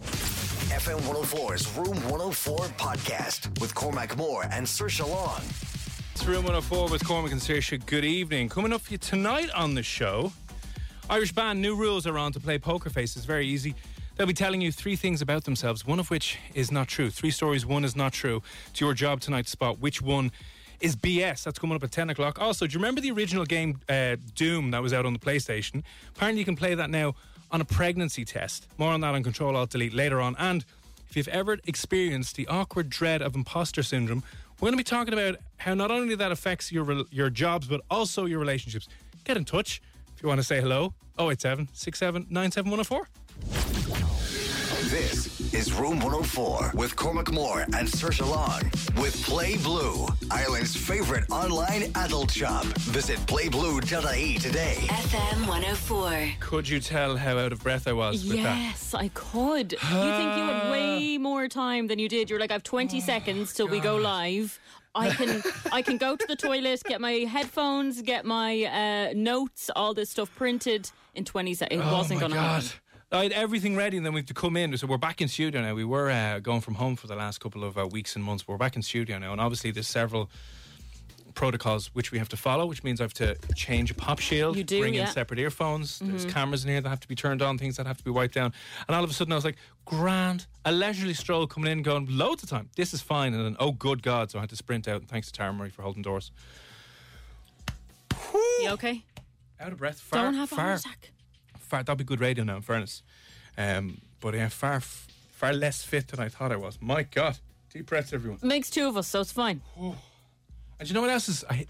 FM 104's Room 104 podcast with Cormac Moore and Sir Long. It's Room 104 with Cormac and Saoirse. Good evening. Coming up for you tonight on the show, Irish band New Rules are on to play Poker Face. It's very easy. They'll be telling you three things about themselves, one of which is not true. Three stories, one is not true. It's your job tonight to spot which one is BS. That's coming up at 10 o'clock. Also, do you remember the original game uh, Doom that was out on the PlayStation? Apparently, you can play that now on a pregnancy test. More on that on Control Alt Delete later on. And if you've ever experienced the awkward dread of imposter syndrome, we're going to be talking about how not only that affects your rel- your jobs, but also your relationships. Get in touch if you want to say hello. 087 67 97104. This is Room 104 with Cormac Moore and Sir Long with Play Blue, Ireland's favorite online adult shop. Visit playblue.ie E today. FM 104. Could you tell how out of breath I was with that? Yes, I could. You think you had way more time than you did. You're like, I've 20 seconds till we go live. I can I can go to the toilet, get my headphones, get my uh, notes, all this stuff printed in 20 seconds. It wasn't oh my going to God. happen. I had everything ready, and then we have to come in. So we're back in studio now. We were uh, going from home for the last couple of uh, weeks and months, but we're back in studio now. And obviously, there's several protocols which we have to follow, which means I have to change a pop shield, You do, bring in yeah. Mm-hmm. separate earphones. There's cameras in here that have to be turned on, things that have to be wiped down. And all of a sudden, I was like, grand. A leisurely stroll coming in, going loads of time. This is fine. And then, oh, good God. So I had to sprint out. And thanks to Tara Murray for holding doors. You okay? Out of breath. Far, Don't have a far, heart attack. far that'd be good radio now in fairness um, but yeah far f- far less fit than I thought I was my god deep breaths everyone Makes two of us, so it's fine. and you know what else is I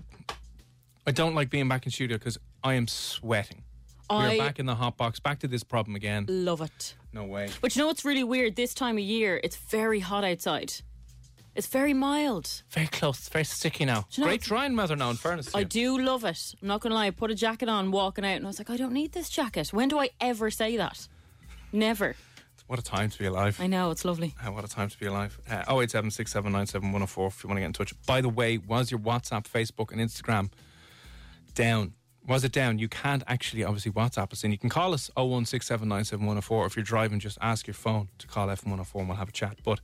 I don't like being back in studio because I am sweating I- we're back in the hot box back to this problem again Love it. no way But you know what's really weird? This time of year, it's very hot outside. It's very mild. very close very sticky now you know great what's- drying weather now in fairness to I you. do love it. I'm not going to lie. I put a jacket on walking out and I was like, I don't need this jacket. When do I ever say that? Never. what a time to be alive I know, it's lovely. Uh, what a time to be alive. Uh, 087-679-7104 if you want to get in touch. By the way, was your WhatsApp, Facebook and Instagram down? Was it down? You can't actually obviously WhatsApp us in. You can call us 016797104. If you're driving, just ask your phone to call F104 and we'll have a chat. But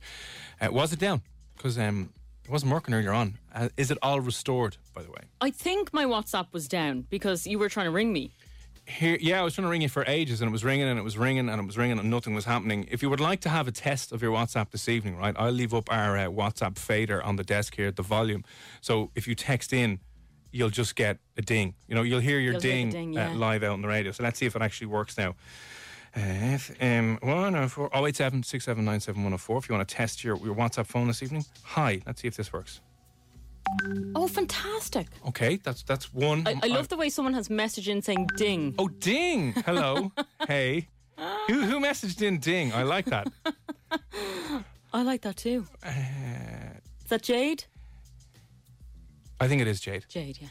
uh, was it down? Because um, it wasn't working earlier on. Uh, is it all restored, by the way? I think my WhatsApp was down because you were trying to ring me. Here, yeah, I was trying to ring you for ages, and it was ringing, and it was ringing, and it was ringing, and nothing was happening. If you would like to have a test of your WhatsApp this evening, right, I'll leave up our uh, WhatsApp fader on the desk here at the volume. So if you text in, you'll just get a ding. You know, you'll hear your You'll hear ding, the ding, yeah. uh, live out on the radio. So let's see if it actually works now. Uh, FM 104 087 6797104. If you want to test your, your WhatsApp phone this evening, hi. Let's see if this works. Oh, fantastic. Okay, that's that's one. I, I love the way someone has messaged in saying ding. Oh, ding! Hello, hey. Who who messaged in ding? I like that. I like that too. Uh, Is that Jade? I think it is Jade. Jade, yeah.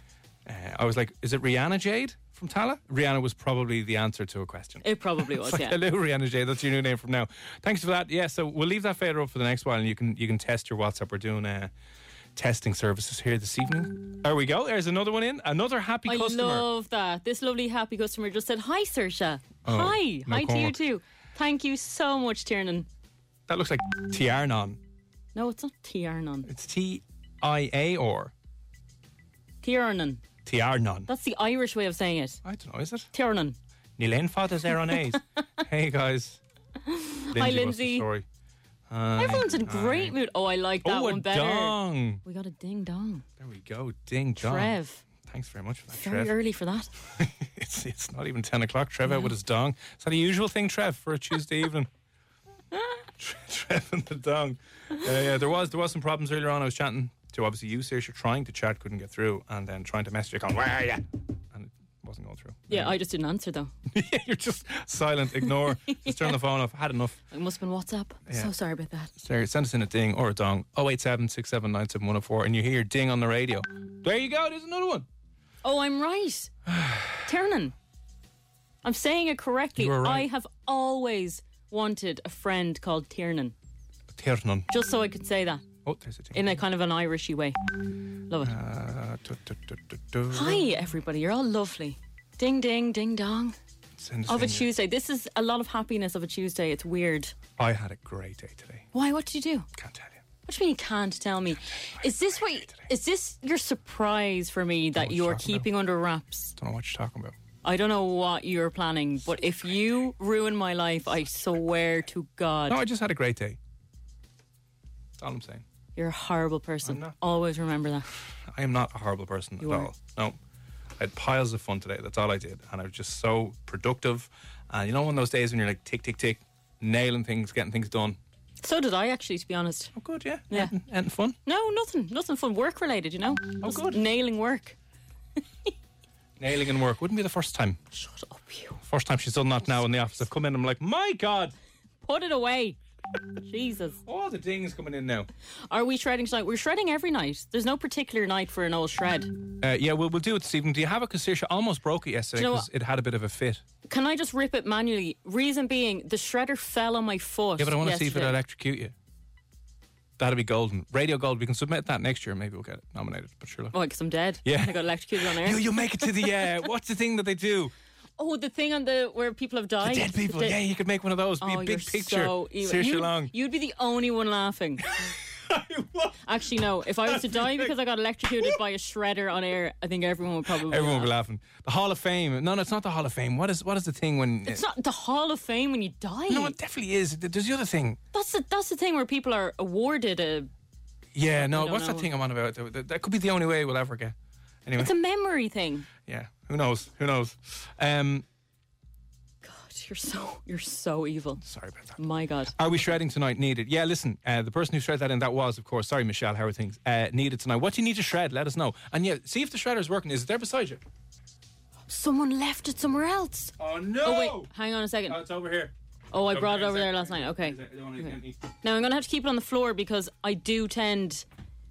Uh, I was like, is it Rihanna Jade from Tala? Rihanna was probably the answer to a question. It probably was, yeah. Hello, Rihanna Jade. That's your new name from now. Thanks for that. Yeah, so we'll leave that fader up for the next while, and you can you can test your WhatsApp. We're doing uh, testing services here this evening. There we go. There's another one in. Another happy I customer. love that. This lovely, happy customer just said, Hi, Sersha. Hi. Oh, no Hi to you comment. too. Thank you so much, Tiernan. that looks like Tiarnon. No, it's not Tiernan. It's T I A or Tiernan. Tiarnon. That's the Irish way of saying it. I don't know. Is it? Tiernan. Neil Enfather's there on A's. hey, guys. Lindsay, what's the Lindsay. Story? Hi. Everyone's in great mood. Oh, I like that Oh, one a better. dong. We got a ding dong. There we go. Ding dong. Trev. Thanks very much for that, Very Trev. early for that. it's, it's not even 10 o'clock. Trev out with his dong. Is that a usual thing, Trev, for a Tuesday evening? Tre- Trev and the dong. Yeah, yeah, there was there was some problems earlier on. I was chatting to obviously you, Saoirse, trying to chat, couldn't get through, and then trying to message you, going, where are you? And it wasn't going through. Yeah, I just didn't answer though. You're just silent, ignore, just turn the phone off. Had enough. It must have been WhatsApp. So sorry about that. Sarah, send us in a ding or a dong. 087 and you hear ding on the radio. There you go, there's another one. Oh, I'm right. Tiernan. I'm saying it correctly. You were right. I have always wanted a friend called Tiernan, Tiernan. just so I could say that Oh, there's a ding. in a kind of an Irishy way. Love it. Uh, du- du- du- du- du. Hi, everybody. You're all lovely. Ding, ding, ding, dong. Send us Of a in your- Tuesday. This is a lot of happiness of a Tuesday. It's weird. I had a great day today. Why? What did you do? Can't tell you. What do you mean you can't tell me? Is this what? Is this your surprise for me that what you're you're talking about. keeping under wraps? Don't know what you're talking about. I don't know what you're planning, but if you ruin my life, I swear to God, No, I just had a great day. That's all I'm saying. you're a horrible person. not. Always remember that. I am not a horrible person You at are. all. No. I had piles of fun today. That's all I did. And I was just so productive. And you know, one of those days when you're like tick, tick, tick, nailing things, getting things done. So did I, actually, to be honest. Oh, good, yeah. Yeah. And, and fun. No, nothing, nothing fun. Work related, you know. Oh, good. Nailing work. Nailing and work. Wouldn't be the first time. Shut up, you. First time she's done that now in the office. I've come in I'm like, my God. Put it away. Jesus. All the dings coming in now. Are we shredding tonight? We're shredding every night. There's no particular night for an old shred. Uh, yeah, we'll, we'll do it this evening. Do you have it? Because Saoirse almost broke it yesterday Do you know because it had a bit of a fit. Can I just rip it manually? Reason being, the shredder fell on my foot. Yeah, but I want to see if it'll yesterday. electrocute you. That'd be golden. Radio Gold. We can submit that next year. Maybe we'll get it nominated. But surely. Oh, because I'm dead. Yeah. I got electrocuted on You, air. you make it to the air. What's the thing that they do? Oh, the thing on the where people have died. Dead people. The- Yeah, you could make one of those. Be Oh, a you're big picture. So evil. Saoirse you'd, Long. you'd be the only one laughing. Actually, no. If I was to die because I got electrocuted by a shredder on air, I think everyone would probably. Everyone will be laugh. laughing. The Hall of Fame. No, no, it's not the Hall of Fame. What is what is the thing when? uh, It's not the Hall of Fame when you die. no, it definitely is. There's the other thing. that's the that's the thing where people are awarded a. Yeah, no. don't What's know. that thing I'm on about? That, that could be the only way we'll ever get. Anyway, It's a memory thing. yeah. Who knows? Who knows? Um, God, you're so you're so evil. sorry about that. My God. Are we shredding tonight? Needed. Yeah, listen, uh, the person who shredded that in, that was, of course, sorry, Michelle, how are things? Uh, needed tonight. What do you need to shred? Let us know. And yeah, see if the shredder's working. Is it there beside you? Someone left it somewhere else. Oh, no! Oh wait, hang on a second. it's over here. Oh, I brought it over there last night. Okay. Now I'm gonna have to keep it on the floor because I do tend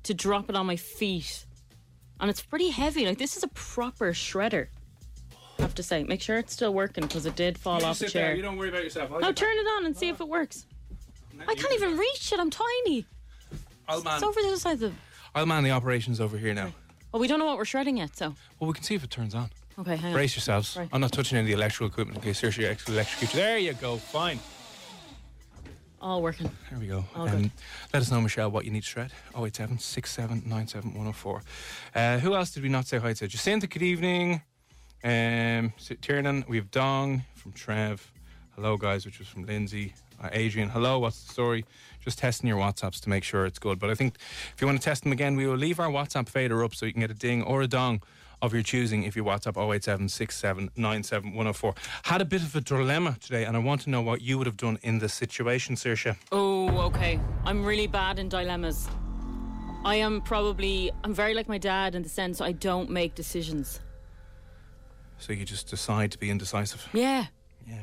to drop it on my feet, and it's pretty heavy. Like this is a proper shredder. I have to say, make sure it's still working because it did fall off a chair. don't worry about yourself. Now turn it on and see if it works. I can't even reach it. I'm tiny. I'll man, It's over the other side of the. I'll man the operations over here now. Well, we don't know what we're shredding yet, so Well, we can see if it turns on. okay, hang on. Brace yourselves. Right. I'm not touching any of the electrical equipment in case Saoirse ex- electrocutes you. There you go. Fine. All working. There we go. Um, good. let us know, Michelle, what you need to shred. 087 6797 104. Uh, who else did we not say hi to? Jacinta, good evening. Um, S- Tiernan, we have Dong from Trev. Hello, guys, which was from Lindsay. Uh, Adrian, hello, what's the story? Just testing your WhatsApps to make sure it's good. But I think if you want to test them again, we will leave our WhatsApp fader up so you can get a ding or a dong of your choosing if you WhatsApp 087 6797 104. Had a bit of a dilemma today, and I want to know what you would have done in this situation, Saoirse. Oh, okay. I'm really bad in dilemmas. I am probably I'm very like my dad in the sense I don't make decisions. So you just decide to be indecisive. Yeah. Yeah.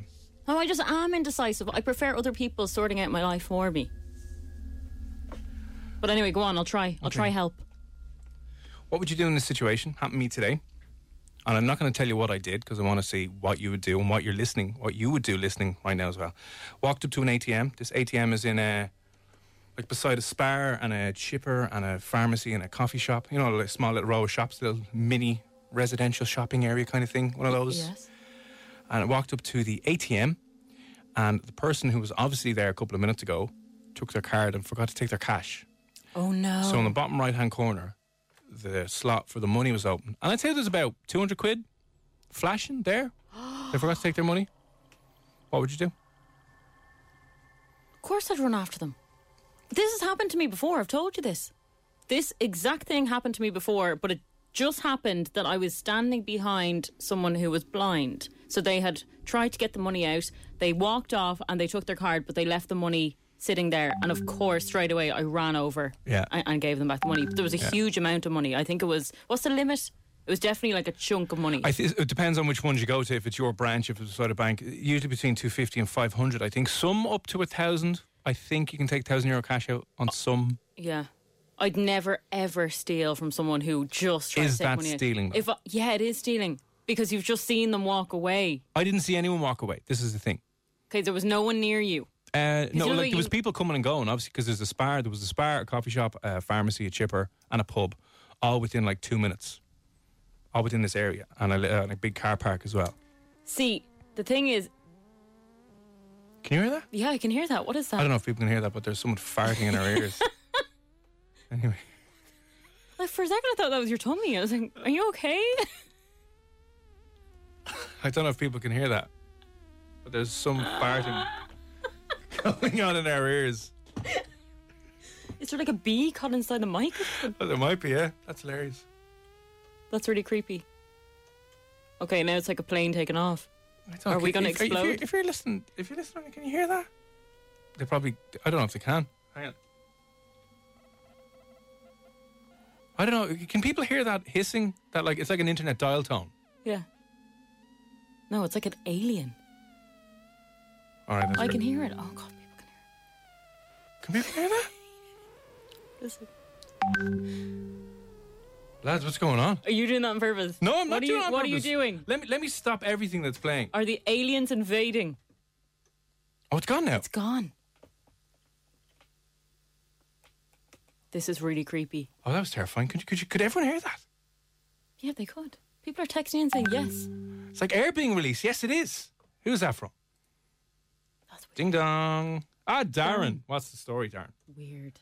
No, I just am indecisive. I prefer other people sorting out my life for me. But anyway, go on. I'll try. I'll try Okay. help. What would you do in this situation? Happened to me today. And I'm not going to tell you what I did because I want to see what you would do and what you're listening, what you would do listening right now as well. Walked up to an ATM. This ATM is in a, like beside a spar and a chipper and a pharmacy and a coffee shop. You know, like small little row of shops, little mini residential shopping area kind of thing. One of those. Yes. and I walked up to the ATM, and the person who was obviously there a couple of minutes ago took their card and forgot to take their cash. Oh no. So in the bottom right hand corner, the slot for the money was open, and I'd say there's about two hundred quid flashing there. They forgot to take their money. What would you do? Of course, I'd run after them. This has happened to me before. I've told you this. This exact thing happened to me before, but it just happened that I was standing behind someone who was blind. So they had tried to get the money out. They walked off and they took their card, but they left the money sitting there. And of course, straight away, I ran over Yeah. and, and gave them back the money. But there was a huge amount of money. I think it was, what's the limit? It was definitely like a chunk of money. I th- it depends on which ones you go to. If it's your branch, if it's beside a bank, usually between two fifty and five hundred. I think some up to a thousand. I think you can take thousand euro cash out on some. Yeah. I'd never ever steal from someone who just tries Is to take that money out. stealing, though? If I- yeah, it is stealing because you've just seen them walk away. I didn't see anyone walk away. This is the thing. Okay, there was no one near you. Uh, no, you know like what there was you- people coming and going, obviously, because there's a spar. There was a spar, a coffee shop, a pharmacy, a chipper, and a pub, all within like two minutes, all within this area, and a, li- uh, and a big car park as well. See, the thing is, Can you hear that? yeah, I can hear that. What is that? I don't know if people can hear that, but there's someone farting in our ears. Anyway, Like, for a second, I thought that was your tummy. I was like, "Are you okay?" I don't know if people can hear that, but there's some farting going on in our ears. is there like a bee caught inside the mic? Well, there might be, yeah. That's hilarious. That's really creepy. Okay, now it's like a plane taking off. I don't Are we if- gonna if- if you're- explode? If you're listening, if you're listening, can you hear that? They probably. I don't know if they can. Hang on. I don't know. Can people hear that hissing? That like it's like an internet dial tone. Yeah. No, it's like an alien. All right. That's I great. can hear it. Oh god, people can hear Can people hear that? it. Listen. Lads, what's going on? Are you doing that on purpose? No, I'm What not are doing you- it on What are you purpose. doing? Let me let me stop everything that's playing. Are the aliens invading? Oh, it's gone now. It's gone. This is really creepy. Oh, that was terrifying. Could you, could you could everyone hear that? Yeah, they could. People are texting and saying yes. It's like air being released. Yes, it is. Who's that from? That's Ding dong. Ah, Darren. What's the story, Darren? weird.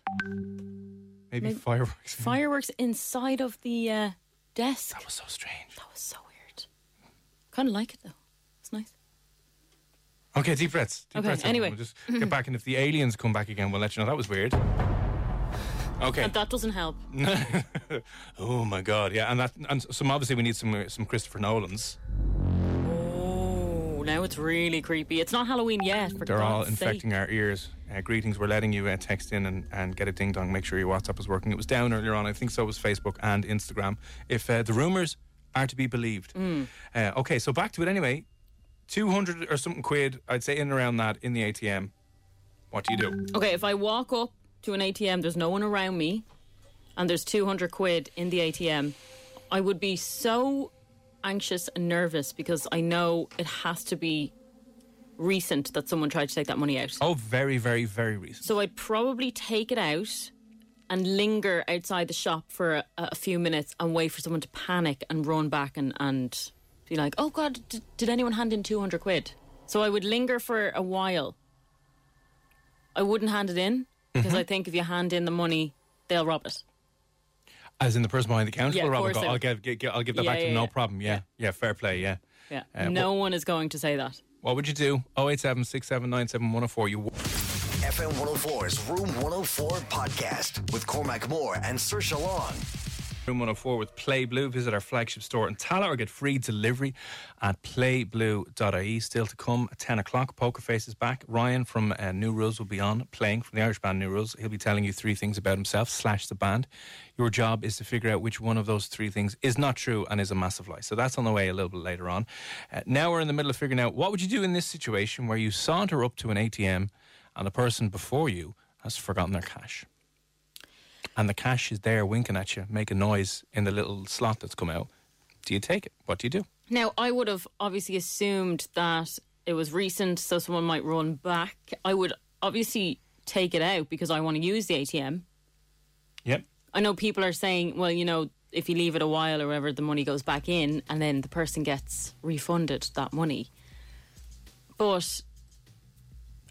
Maybe, Maybe- fireworks. Fireworks inside of the uh, desk. that was so strange. That was so weird. Kind of like it though. It's nice. Okay, deep breaths. Deep Okay, breaths. everyone. anyway. We'll just get back, and if the aliens come back again, we'll let you know. That was weird. Okay. And that doesn't help. oh my God. Yeah, and that, and some obviously we need some uh, some Christopher Nolans. Oh, now it's really creepy. It's not Halloween yet. For They're all God's infecting sake. our ears. Uh, greetings. We're letting you uh, text in and, and get a ding dong. Make sure your WhatsApp is working. It was down earlier on. I think so was Facebook and Instagram. If uh, the rumors are to be believed. Hmm. Uh, okay, so back to it anyway. 200 or something quid, I'd say in and around that in the ATM. What do you do? Okay, if I walk up to an ATM, there's no one around me, and there's 200 quid in the ATM, I would be so anxious and nervous because I know it has to be recent that someone tried to take that money out. Oh, very, very, very recent. So I'd probably take it out and linger outside the shop for a, a few minutes and wait for someone to panic and run back and, and be like, oh God, d- did anyone hand in 200 quid? So I would linger for a while. I wouldn't hand it in because I think if you hand in the money, they'll rob it. As in the person behind the counter, Yeah, will of Robert course go, they I'll, would. give, gi- gi- I'll give that Yeah, back to yeah, him, no yeah. problem. Yeah, yeah, fair play, yeah. Yeah. Uh, no one is going to say that. What would you do? 087 679 oh You FM 104's Room 104 podcast with Cormac Moore and Sir Long. Room 104 with Play Blue. Visit our flagship store in Tala or get free delivery at playblue.ie. E. Still to come at 10 o'clock. Poker Face is back. Ryan from uh, New Rules will be on playing from the Irish band New Rules. He'll be telling you three things about himself slash the band. Your job is to figure out which one of those three things is not true and is a massive lie. So that's on the way a little bit later on. Uh, now we're in the middle of figuring out what would you do in this situation where you saunter up to an ATM and the person before you has forgotten their cash and the cash is there winking at you, making noise in the little slot that's come out, do you take it? What do you do? Now, I would have obviously assumed that it was recent, so someone might run back. I would obviously take it out because I want to use the ATM. Yep. I know people are saying, well, you know, if you leave it a while or whatever, the money goes back in and then the person gets refunded that money. But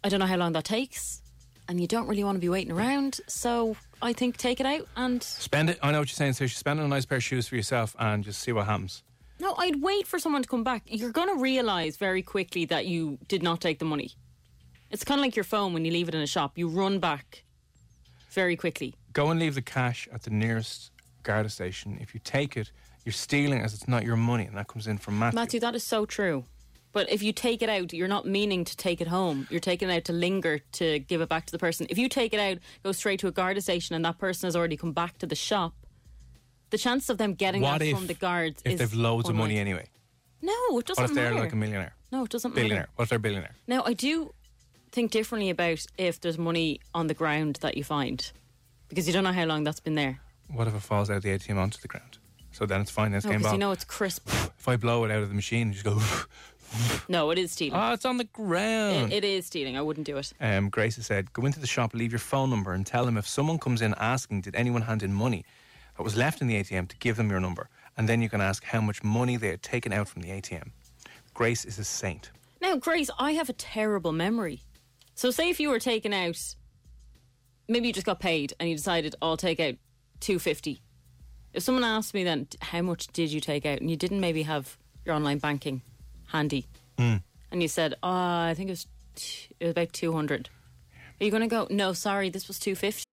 I don't know how long that takes, and you don't really want to be waiting around, so I think take it out and Spend it. I know what you're saying, so you should spend it on a nice pair of shoes for yourself and just see what happens. No, I'd wait for someone to come back. You're going to realize very quickly that you did not take the money. It's kind of like your phone when you leave it in a shop. You run back very quickly. Go and leave the cash at the nearest Garda station. If you take it, you're stealing as it's not your money, and that comes in from Matthew. Matthew, that is so true. But if you take it out, you're not meaning to take it home. You're taking it out to linger to give it back to the person. If you take it out, go straight to a guard station, and that person has already come back to the shop. The chance of them getting what that if from the guards if is they've loads of money unlikely. anyway? No, it doesn't What if they're matter. like a millionaire, no, it doesn't billionaire? matter. What if they're billionaire? Now, I do think differently about if there's money on the ground that you find, because you don't know how long that's been there. What if it falls out of the ATM onto the ground? So then it's finance No, game because ball. you know it's crisp. if I blow it out of the machine, and just go. no, it is stealing. Ah, it's on the ground. it, it is stealing. I wouldn't do it. um, Grace has said, go into the shop, leave your phone number, and tell them if someone comes in asking, did anyone hand in money that was left in the ATM, to give them your number. And then you can ask how much money they had taken out from the ATM. Grace is a saint. Now, Grace, I have a terrible memory. So, say if you were taken out, maybe you just got paid and you decided, I'll take out 250. If someone asked me then, how much did you take out? And you didn't maybe have your online banking handy. And you said, oh, I think it was, t- it was about 200. Are you going to go, no, sorry, this was 250?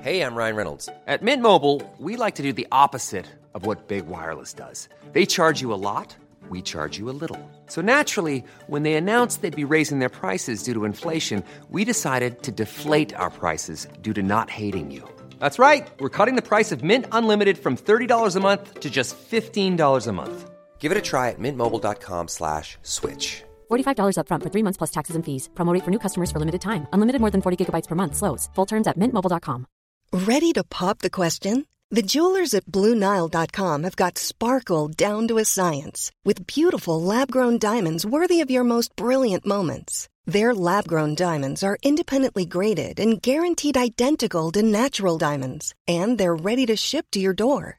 Hey, I'm Ryan Reynolds. At Mint Mobile, we like to do the opposite of what Big Wireless does. They charge you a lot, we charge you a little. So naturally, when they announced they'd be raising their prices due to inflation, we decided to deflate our prices due to not hating you. That's right. We're cutting the price of Mint Unlimited from $30 a month to just $15 a month. Give it a try at mintmobile.com slash switch. $45 upfront for three months plus taxes and fees. Promo rate for new customers for limited time. Unlimited more than 40 gigabytes per month. Slows. Full terms at mintmobile.com. Ready to pop the question? The jewelers at BlueNile.com have got sparkle down to a science with beautiful lab grown diamonds worthy of your most brilliant moments. Their lab grown diamonds are independently graded and guaranteed identical to natural diamonds, and they're ready to ship to your door.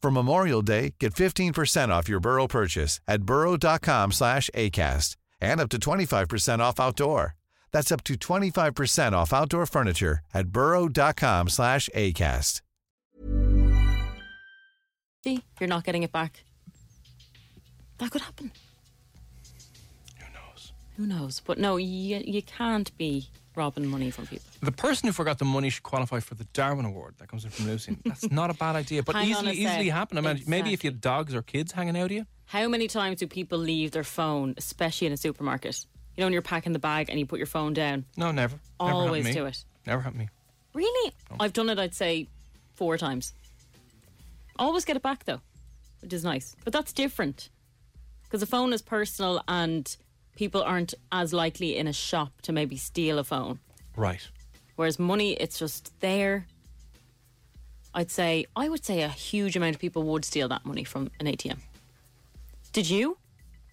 For Memorial Day, get 15% off your Burrow purchase at burrow.com/acast and up to 25% off outdoor. That's up to 25% off outdoor furniture at burrow.com/acast. See, you're not getting it back. That could happen. Who knows? Who knows? But no, you, you can't be robbing money from people. The person who forgot the money should qualify for the Darwin Award that comes in from Lucy. That's not a bad idea, but Hang on easily a sec. easily happen. I mean, maybe if you had dogs or kids hanging out of you. How many times do people leave their phone, especially in a supermarket? You know, when you're packing the bag and you put your phone down. No, never. never happened Always to do me. it. Never happened to me. Really? I've done it, I'd say, four times. Always get it back, though, which is nice. But that's different because the phone is personal and people aren't as likely in a shop to maybe steal a phone. Right. Whereas money, it's just there. I'd say, I would say a huge amount of people would steal that money from an ATM. Did you?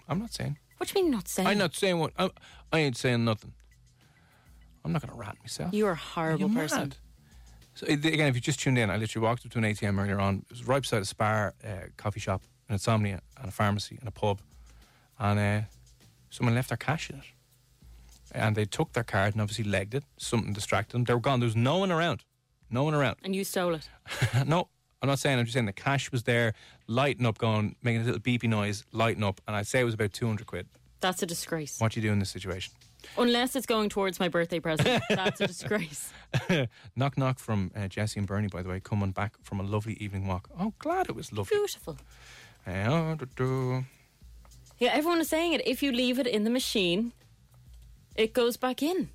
I'm not saying. What do you mean not saying? I'm not saying what. I, I ain't saying nothing. I'm not going to rat myself. You are a horrible You're person. mad. So i- again, if you just tuned in, I literally walked up to an ATM earlier on. It was right beside a Spar uh, coffee shop, an insomnia, and a pharmacy, and a pub, and uh, someone left their cash in it, and they took their card and obviously legged it. Something distracted them. They were gone. There was no one around. No one around. And you stole it. no, I'm not saying. I'm just saying the cash was there, lighting up, going, making a little beepy noise, lighting up, and I'd say it was about 200 quid. That's a disgrace. What do you do in this situation? Unless it's going towards my birthday present. That's a disgrace. Knock knock from uh, Jesse and Bernie, by the way, coming back from a lovely evening walk. Oh, glad it was lovely. Beautiful. Uh, do, do. Yeah, everyone is saying it. If you leave it in the machine, it goes back in.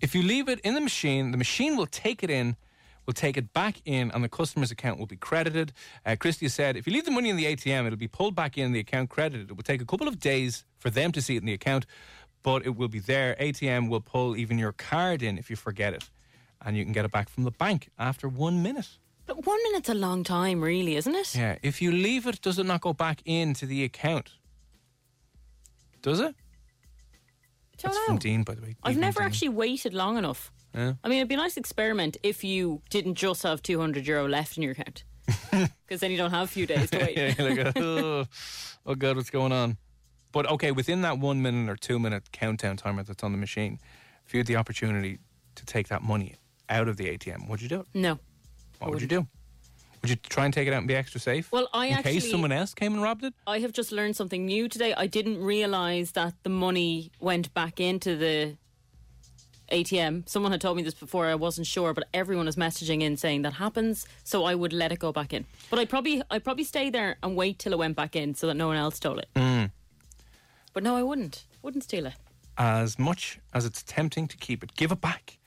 If you leave it in the machine, the machine will take it in, will take it back in, and the customer's account will be credited. Uh, Christie said, if you leave the money in the ATM, it'll be pulled back in, the account credited. It will take a couple of days for them to see it in the account, but it will be there. ATM will pull even your card in if you forget it, and you can get it back from the bank after one minute. But But one minute's a long time, really, isn't it? Yeah, if you leave it, does it not go back into the account? Does it? Don't That's know. from Dean, by the way. I've Evening, never Dean. actually waited long enough. Yeah. I mean, it'd be a nice experiment if you didn't just have 200 euro left in your account. Because then you don't have a few days to wait. yeah, you're like, oh, oh God, what's going on? But okay, within that one minute or two minute countdown timer that's on the machine, if you had the opportunity to take that money out of the ATM, would you do it? No. What would you do? Would you try and take it out and be extra safe? Well, I in case actually- someone else came and robbed it. I have just learned something new today. I didn't realize that the money went back into the ATM. Someone had told me this before. I wasn't sure, but everyone is messaging in saying that happens, so I would let it go back in. But I probably I probably stay there and wait till it went back in so that no one else stole it. Mm. But no, I wouldn't. Wouldn't steal it. As much as it's tempting to keep it, give it back.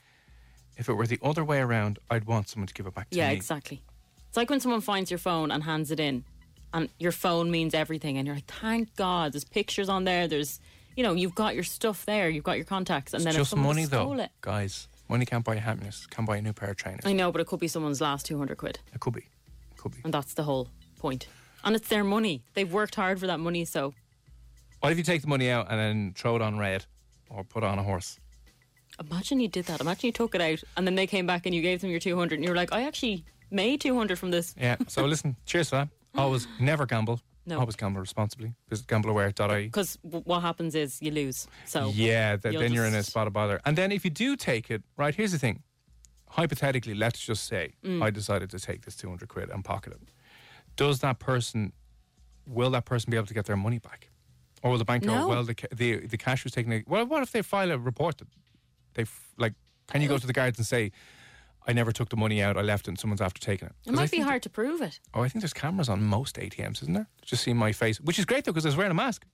If it were the other way around, I'd want someone to give it back to yeah, me. exactly. It's like when someone finds your phone and hands it in, and your phone means everything, and you're like, thank God, there's pictures on there. There's, you know, you've got your stuff there, you've got your contacts, and It's then if just someone money, though, stole it, guys. Money can't buy you happiness. Can't buy a new pair of trainers. I know, but it could be someone's last two hundred quid, It could be. It could be. and that's the whole point. And it's their money; they've worked hard for that money, so What if you take the money out and then throw it on red or put it on a horse? imagine you did that. Imagine you took it out, and then they came back and you gave them your two hundred, and you were like, I actually made two hundred from this. Yeah. So listen, cheers for that. Always never gamble. No. Always gamble responsibly. Visit gambleaware.ie. Because w- what happens is you lose. So Yeah, th- you'll then you're in a just- spot of bother. And then if you do take it, right, here's the thing. Hypothetically, let's just say Mm. I decided to take this 200 quid and pocket it. Does that person, will that person be able to get their money back? Or will the bank go, No. well, the, ca- the the cash was taken. a- Well, what if they file a report that they, f- like, can you go to the guards and say, I never took the money out, I left it, and someone's after taking it? it 'Cause I might be think hard to prove it. Oh, I think there's cameras on most ATMs, isn't there? Just seeing my face, which is great though, because I was wearing a mask.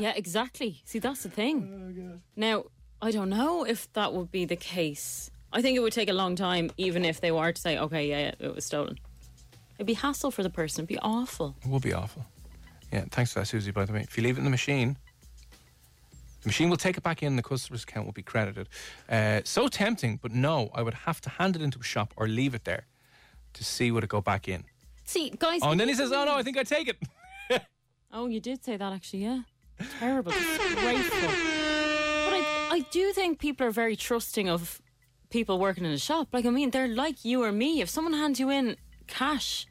yeah, exactly. See, that's the thing. Now, I don't know if that would be the case. I think it would take a long time, even if they were to say, okay, yeah, yeah, it was stolen. It'd be hassle for the person. It'd be awful. It would be awful. Yeah, thanks for that, Susie, by the way. If you leave it in the machine, the machine will take it back in, the customer's account will be credited. Uh, so tempting, but no, I would have to hand it into a shop or leave it there to see would it go back in. See, guys. Oh, and then he says, oh no, I think I take it. Oh, you did say that, actually, yeah. Terrible. Disgraceful. But I, I do think people are very trusting of people working in a shop. Like, I mean, they're like you or me. If someone hands you in cash,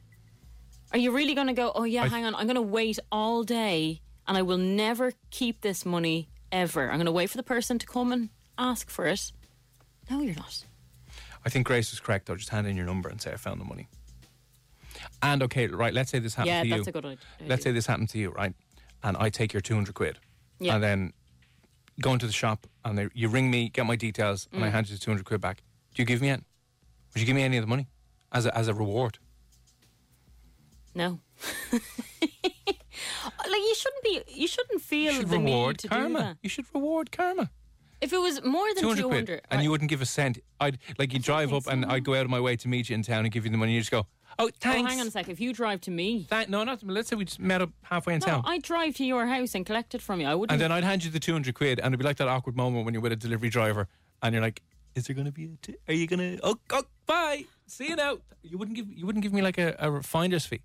are you really going to go, oh, yeah, I- hang on, I'm going to wait all day and I will never keep this money ever? I'm going to wait for the person to come and ask for it. No, you're not. I think Grace was correct though, just hand in your number and say I found the money. And okay, right, let's say this happened Yeah, to you. that's a good idea. Let's say this happened to you, right? And I take your 200 quid. Yeah. And then go into the shop and they, you ring me, get my details, and I Mm. hand you the 200 quid back. Do you give me it? Would you give me any of the money as a, as a reward? No. like you shouldn't be you shouldn't feel You should the need reward to do karma. that. You should reward karma. If it was more than 200, 200 quid. And right. you wouldn't give a cent. I'd Like, you drive up and I'd go out of my way to meet you in town and give you the money. You just go, oh, Oh, thanks. hang on a sec. If you drive to me, Thank- no, not, let's say we just met up halfway in no, town. I drive to your house and collect it from you. I wouldn't. And then I'd hand you the 200 quid, and it'd be like that awkward moment when you're with a delivery driver and you're like, is there going to be a, t- are you going to, oh, oh, bye, see you now. You wouldn't give, you wouldn't give me like a, a finder's fee.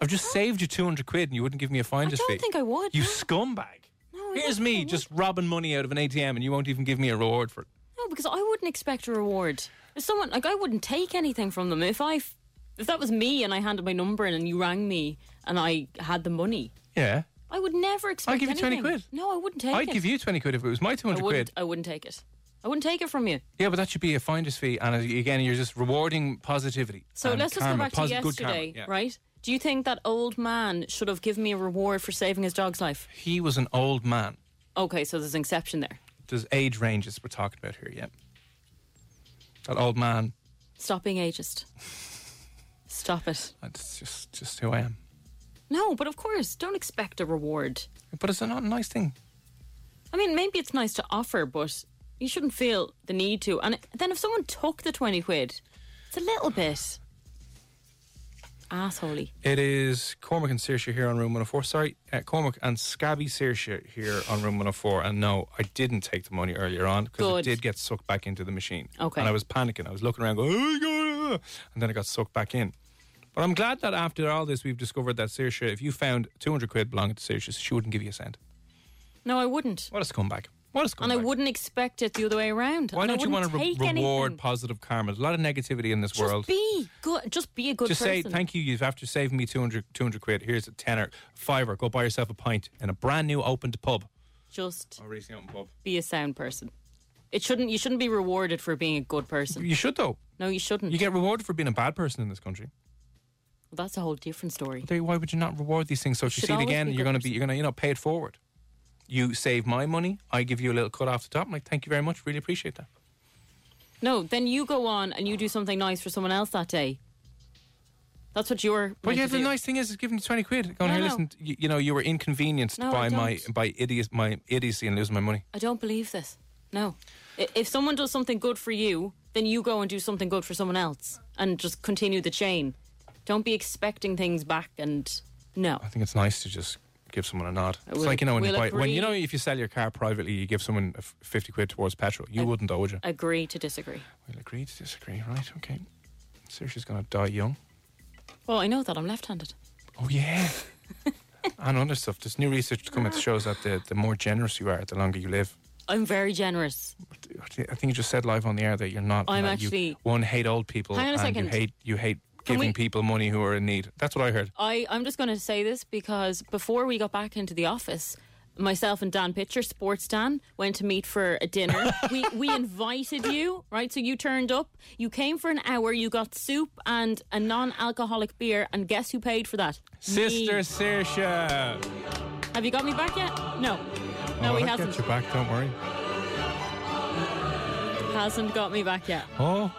I've just saved you 200 quid and you wouldn't give me a finder's don't fee. think I would, You no. scumbag. No, I Here's don't me think I would. just robbing money out of an ATM and you won't even give me a reward for it. no, because I wouldn't expect a reward. If someone like I wouldn't take anything from them. If I, f- if that was me and I handed my number in and you rang me and I had the money, Yeah. I would never expect. give you 20 anything. quid. No, I wouldn't take I'd it. give you 20 quid if it was my I 200 wouldn't. quid. I wouldn't take it. I wouldn't take it from you. Yeah, but that should be a finder's fee. And uh, again, you're just rewarding positivity. So and let's just karma, go back to posi- good karma, yesterday, yeah. right? Do you think that old man should have given me a reward for saving his dog's life? He was an old man. Okay, so there's an exception there. there's age ranges we're talking about here, yeah. That old man, Stop being ageist. Stop it. that's just just who I am. No, but of course, don't expect a reward. But it's not a nice thing. I mean, maybe it's nice to offer, but you shouldn't feel the need to. And then if someone took the 20 quid, it's a little bit assholey. It is Cormac and Saoirse here on Room 104. Sorry, uh, Cormac and Scabby Saoirse here on Room 104. And no, I didn't take the money earlier on because it Good. did get sucked back into the machine. Okay. And I was panicking. I was looking around going, oh my God, "Ugh," and then I got sucked back in. But I'm glad that after all this, we've discovered that Saoirse, if you found 200 quid belonging to Saoirse, she wouldn't give you a cent. No, I wouldn't. What a scumbag. What a scumbag. And I wouldn't expect it the other way around. Why And I don't you want wouldn't to re- take reward anything. positive karma? There's a lot of negativity in this Just world. be good. Just be a good Just person. say, thank you, you've after saving me 200, 200 quid. Here's a tenner, fiver. Go buy yourself a pint in a brand new opened pub. Just A recently opened pub. be a sound person. It shouldn't. You shouldn't be rewarded for being a good person. You should, though. No, you shouldn't. You get rewarded for being a bad person in this country. Well, that's a whole different story. They- Why would you not reward these things? So if you Should see it always again, be you're good going to be, person. you're going to, you know, pay it forward. You save my money. I give you a little cut off the top. I'm like, thank you very much. Really appreciate that. No, then you go on and you do something nice for someone else that day. That's what you're. Well, meant yeah, to the do. nice thing is, it's giving you twenty quid. Going No, here, no. listen. You, you know, you were inconvenienced No, by I my don't. by idiot my idiocy and losing my money. I don't believe this. No, I- if someone does something good for you, then you go and do something good for someone else, and just continue the chain. Don't be expecting things back. And no, I think it's nice to just give someone a nod. It's will- like you know when you we'll buy, when you know agree. if you sell your car privately, you give someone a f- fifty quid towards petrol. You wouldn't, though, would you? agree to disagree. We'll agree to disagree, right? Okay. So she's gonna die young. Well, I know that I'm left-handed. Oh yeah. and other stuff. There's new research coming that shows that the, the more generous you are, the longer you live. I'm very generous. I thi- I think you just said live on the air that you're not. I'm that you, actually- one hate old people. Hang on a and You second. hate you hate Can giving we- people money who are in need. That's what I heard. I, I'm just going to say this because before we got back into the office, myself and Dan Pitcher, Sports Dan, went to meet for a dinner. we, we invited you, right? So you turned up, you came for an hour, you got soup and a non alcoholic beer, and guess who paid for that? Sister Me. Saoirse. Have you got me back yet? No. No, oh, he I'll hasn't. Get you back. Don't worry. Hasn't got me back yet. Oh,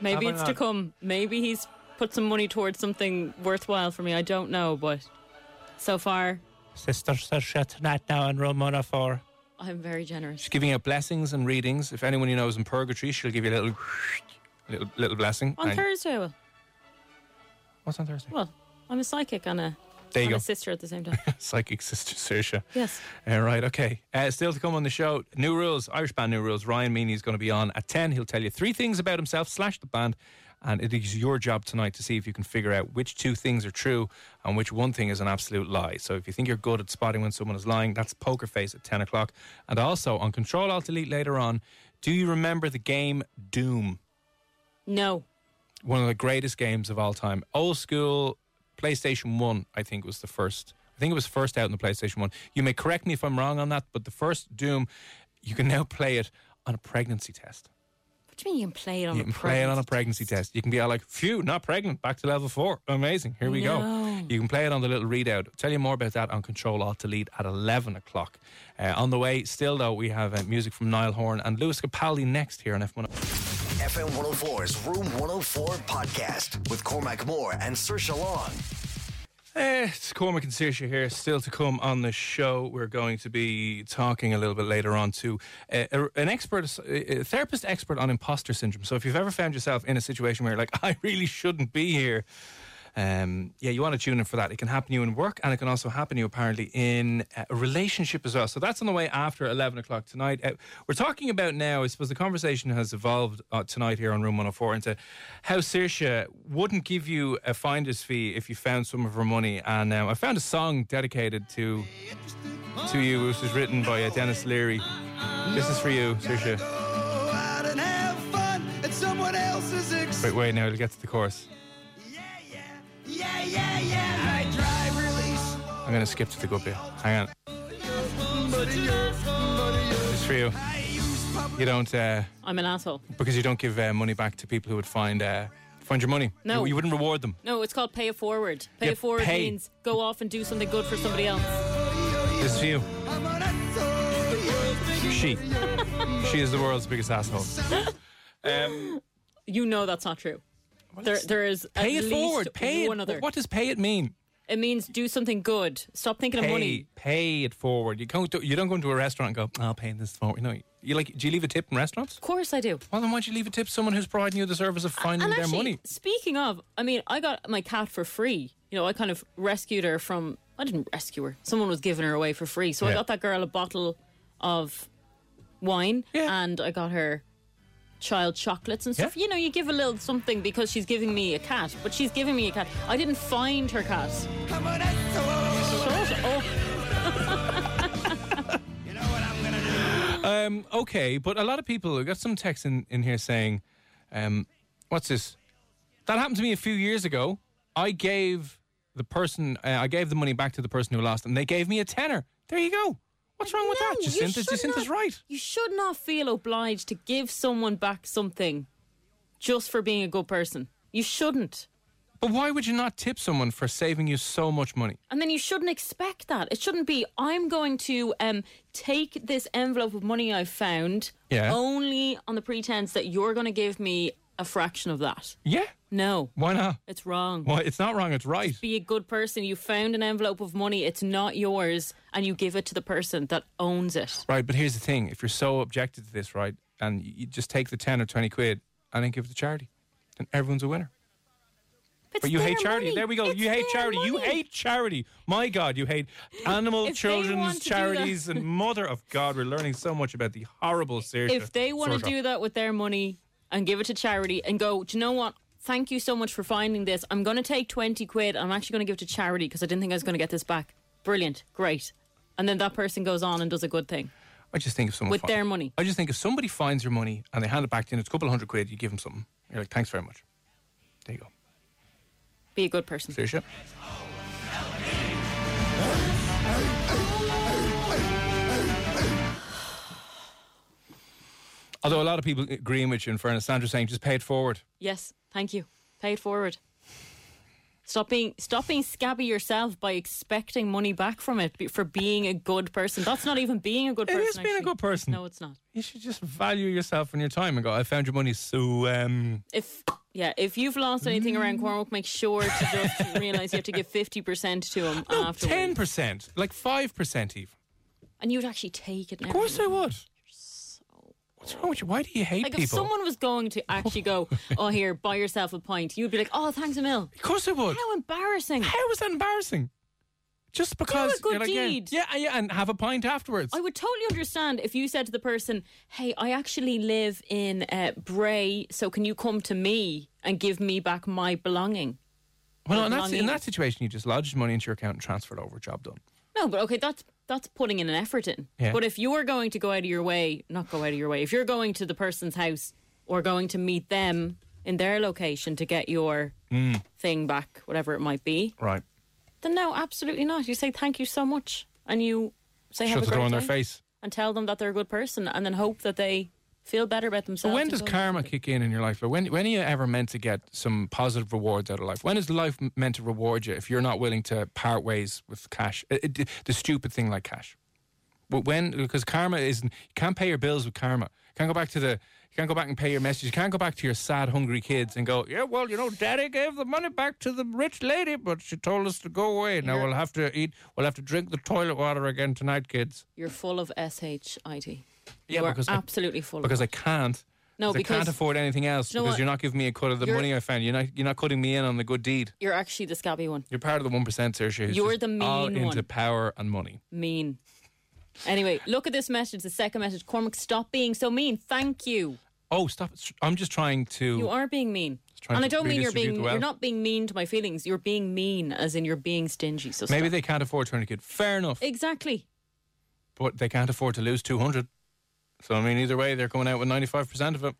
Maybe Have I it's to not? come. Maybe he's put some money towards something worthwhile for me. I don't know, but so far, Sister Saoirse tonight now in room 104. I'm very generous. She's giving out blessings and readings. If anyone you know is in purgatory, she'll give you a little, little, little blessing. On And- Thursday, well. What's on Thursday? Well, I'm a psychic and a, there you and go. a sister at the same time. Psychic Sister Saoirse. yes. Uh, right, okay. Uh, still to come on the show, new rules, Irish band new rules. Ryan Meaney is going to be on at 10. He'll tell you three things about himself slash the band. And it is your job tonight to see if you can figure out which two things are true and which one thing is an absolute lie. So if you think you're good at spotting when someone is lying, that's Poker Face at 10 o'clock. And also on Control Alt Delete later on, do you remember the game Doom? No. One of the greatest games of all time. Old school PlayStation 1, I think, was the first. I think it was first out in the PlayStation 1. You may correct me if I'm wrong on that, but the first Doom, you can now play it on a pregnancy test. What do you mean you can play it on you a can play it on a pregnancy pregnancy test. You can be all like, phew, not pregnant, back to level four. Amazing. Here we go. No. You can play it on the little readout. Tell you more about that on Control Alt Delete at 11 o'clock. Uh, on the way, still though, we have uh, music from Niall Horn and Lewis Capaldi next here on oh. F1. FM 104's Room 104 podcast with Cormac Moore and Sir Long. Eh, it's Cormac and Saoirse here. Still to come on the show, we're going to be talking a little bit later on to uh, a- an expert, a therapist expert on imposter syndrome. So if you've ever found yourself in a situation where you're like, I really shouldn't be here, um, yeah, you want to tune in for that. It can happen to you in work, and it can also happen to you apparently in uh, a relationship as well. So that's on the way after eleven o'clock tonight. Uh, we're talking about now. I suppose the conversation has evolved uh, tonight here on Room One Hundred Four into how Saoirse wouldn't give you a finder's fee if you found some of her money. And um, I found a song dedicated to to you, which was written by uh, Dennis Leary. This is for you, Saoirse. Wait, wait, now it'll get to the chorus. I'm gonna skip to the good bit. Hang on. It's for you. You don't uh, test? I'm an asshole. because you don't give uh, money back to people who would find uh, find your money. No. you, you wouldn't reward them. No, it's called pay it forward. Pay Yeah, it forward pay. means go off and do something good for somebody else. This is for you. She, she is the world's biggest asshole. Um, You know that's not true. There, there is at pay it least forward. Pay one it. other. What does pay it mean? It means do something good. Stop thinking Pay, of money. pay it forward. You can't. Do, you don't go into a restaurant and go. I'll pay this forward. No, you like. Do you leave a tip in restaurants? Of course I do. Well, then why don't you leave a tip to someone who's providing you the service of finding and their actually, money? Speaking of, I mean, I got my cat for free. You know, I kind of rescued her from. I didn't rescue her. Someone was giving her away for free. So I Yeah. got that girl a bottle of wine, Yeah. and I got her child chocolates and stuff. Yeah. You know, you give a little something because she's giving me a cat, but she's giving me a cat. I didn't find her cat. Shut up. Um, okay, but a lot of people we got some texts in, in here saying, um, "What's this?" That happened to me a few years ago. I gave the person, uh, I gave the money back to the person who lost, and they gave me a tenner. There you go. What's wrong with that, No, you Jacinta? should Jacinta's not- right. You should not feel obliged to give someone back something just for being a good person. You shouldn't. But why would you not tip someone for saving you so much money? And then you shouldn't expect that. It shouldn't be, I'm going to um, take this envelope of money I've found Yeah. only on the pretense that you're going to give me a fraction of that. Yeah. No, Why not? it's wrong. Well, it's not wrong. It's right. Be a good person. You found an envelope of money, it's not yours, and you give it to the person that owns it. Right, but here's the thing: if you're so objected to this, right, and you you just take the ten or twenty quid and then give it to charity, then everyone's a winner. It's But you hate their charity. money. There we go. It's you hate their charity. You money. hate charity. My God, you hate animal, If they children's want to do that- charities, and mother of God. We're learning so much about the horrible Saoirse. if they want to Saoirse. do that with their money and give it to charity and go, do you know what? Thank you so much for finding this. I'm going to take 20 quid. I'm actually going to give it to charity because I didn't think I was going to get this back. Brilliant. Great. And then that person goes on and does a good thing. I just think if someone with fi- their money. I just think if somebody finds your money and they hand it back to you, and it's a couple of hundred quid, you give them something. You're like, thanks very much. There you go, Be a good person. Saoirse. Although a lot of people agreeing with you, in fairness, Sandra's saying just pay it forward. Yes. Thank you. Pay it forward. Stop being stop being scabby yourself by expecting money back from it be- for being a good person. That's not even being a good It person. is being a actually. good person. No, it's not. You should just value yourself and your time and go, I found your money, so um if yeah, if you've lost anything around Cormac, make sure to just realise you have to give fifty percent to him Ah, afterwards. Oh, ten percent. Like five percent even. and you'd actually take it. Now. Of course I would. What's wrong with you? Why do you hate Like if people? someone was going to actually go, oh here, buy yourself a pint, you'd be like, oh thanks a mil. Of course I would. How embarrassing! How is that embarrassing? Just because good you're like, yeah, deed. yeah, yeah, and have a pint afterwards. I would totally understand if you said to the person, hey, I actually live in uh, Bray, so can you come to me and give me back my belonging? well, in that, Belonging. in that situation, you just lodged money into your account and transferred over. Job done. No, but okay, that's that's putting in an effort in. Yeah. But if you're going to go out of your way, not go out of your way, if you're going to the person's house or going to meet them in their location to get your Mm. thing back, whatever it might be, Right. then no, absolutely not. You say thank you so much, and you say have Shut a the great door in their time face. and tell them that they're a good person, and then hope that they feel better about So themselves. when and does go- karma kick in in your life? Like when when are you ever meant to get some positive rewards out of life? When is life m- meant to reward you if you're not willing to part ways with cash? Uh, uh, d- the stupid thing like cash. But when because karma isn't you can't pay your bills with karma. You can't go back to the you can't go back and pay your message. You can't go back to your sad, hungry kids and go, yeah, well, you know, Daddy gave the money back to the rich lady, but she told us to go away. Now we'll have to eat, we'll have to drink the toilet water again tonight, kids. You're full of shit. Yeah, you are because I- absolutely full. Because of I can't. No, I can't because- afford anything else You know because what? you're not giving me a cut of the You're- money I found. You're not you're not cutting me in on the good deed. you're actually the scabby one. You're part of the one percent, Saoirse. who's You're just the mean all into one. power and money. mean. Anyway, look at this message, the second message. Cormac, stop being so mean. Thank you. Oh, stop! I'm just trying to. You are being mean. trying And I to don't mean you're redistribute being the wealth. you're not being mean to my feelings. You're being mean as in you're being stingy. So Maybe stop. they can't afford twenty quid. Fair enough, Exactly. but they can't afford to lose two hundred. So I mean, either way, they're coming out with ninety five percent of it.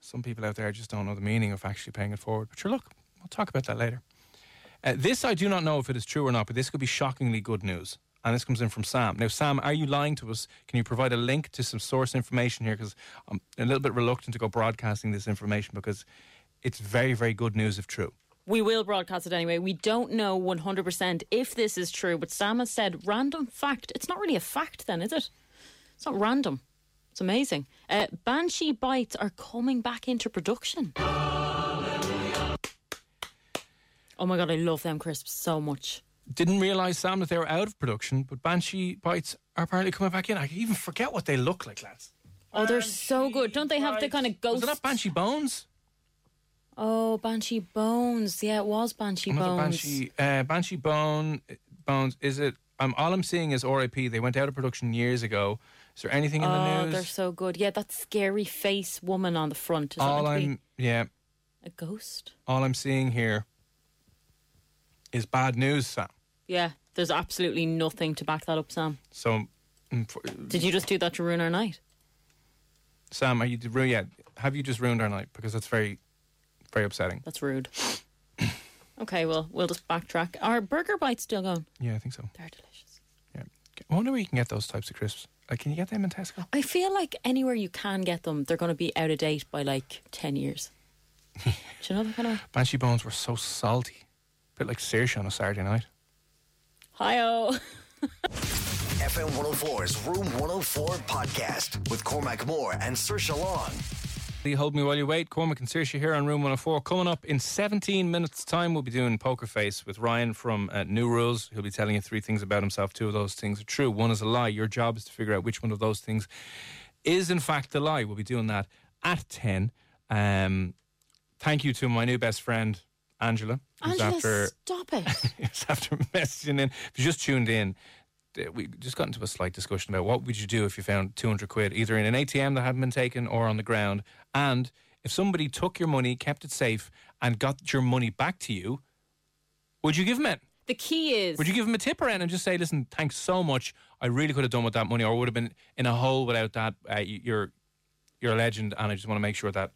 Some people out there just don't know the meaning of actually paying it forward. But sure, look, we'll talk about that later. Uh, this I do not know if it is true or not, but this could be shockingly good news. And this comes in from Sam. Now, Sam, are you lying to us? Can you provide a link to some source information here? Because I'm a little bit reluctant to go broadcasting this information because it's very, very good news if true. We will broadcast it anyway. We don't know 100% if this is true, but Sam has said random fact. It's not really a fact, then, is it? It's not random. It's amazing. Uh, Banshee Bites are coming back into production. Oh my God, I love them crisps so much. Didn't realise, Sam, that they were out of production, but Banshee Bites are apparently coming back in. I even forget what they look like, lads. Oh, they're so good. Don't they have the kind of Was ghost? it not Banshee Bones? Oh, Banshee Bones. Yeah, it was Banshee Another Bones. Banshee, uh, Banshee uh, Bone Bones. Is it? Um, all I'm seeing is R.I.P. They went out of production years ago. Is there anything in the Oh, news? they're so good. Yeah, that scary face woman on the front. Is that all meant to be I'm yeah, a ghost? all I'm seeing here is bad news, Sam. Yeah, there's absolutely nothing to back that up, Sam. So, mm, for- Did you just do that to ruin our night? Sam, are you ru- yeah? Have you just ruined our night? Because that's very, very upsetting. That's rude. okay, well, we'll just backtrack. Are burger bites still going? Yeah, I think so. They're delicious. Yeah. I wonder where you can get those types of crisps. Like, can you get them in Tesco? I feel like anywhere you can get them, they're going to be out of date by like 10 years. Do you know that kind of way? Banshee bones were so salty, bit like Saoirse on a Saturday night. Hi-oh. FM 104's Room 104 podcast with Cormac Moore and Sir Long. The Hold Me While You Wait, Cormac and Saoirse here on Room 104. Coming up in 17 minutes' time, we'll be doing Poker Face with Ryan from uh, New Rules. He'll be telling you three things about himself. Two of those things are true, one is a lie. Your job is to figure out which one of those things is, in fact, a lie. We'll be doing that at 10. Um, thank you to my new best friend, Angela, who's Angela, after stop it. Yes, after messaging in. If you just tuned in, th- we just got into a slight discussion about what would you do if you found 200 quid either in an ATM that hadn't been taken or on the ground. And if somebody took your money, kept it safe, and got your money back to you, would you give them it? The key is... Would you give them a tip or anything and just say, listen, thanks so much. I really could have done with that money or would have been in a hole without that. Uh, y- you're, you're a legend and I just want to make sure that.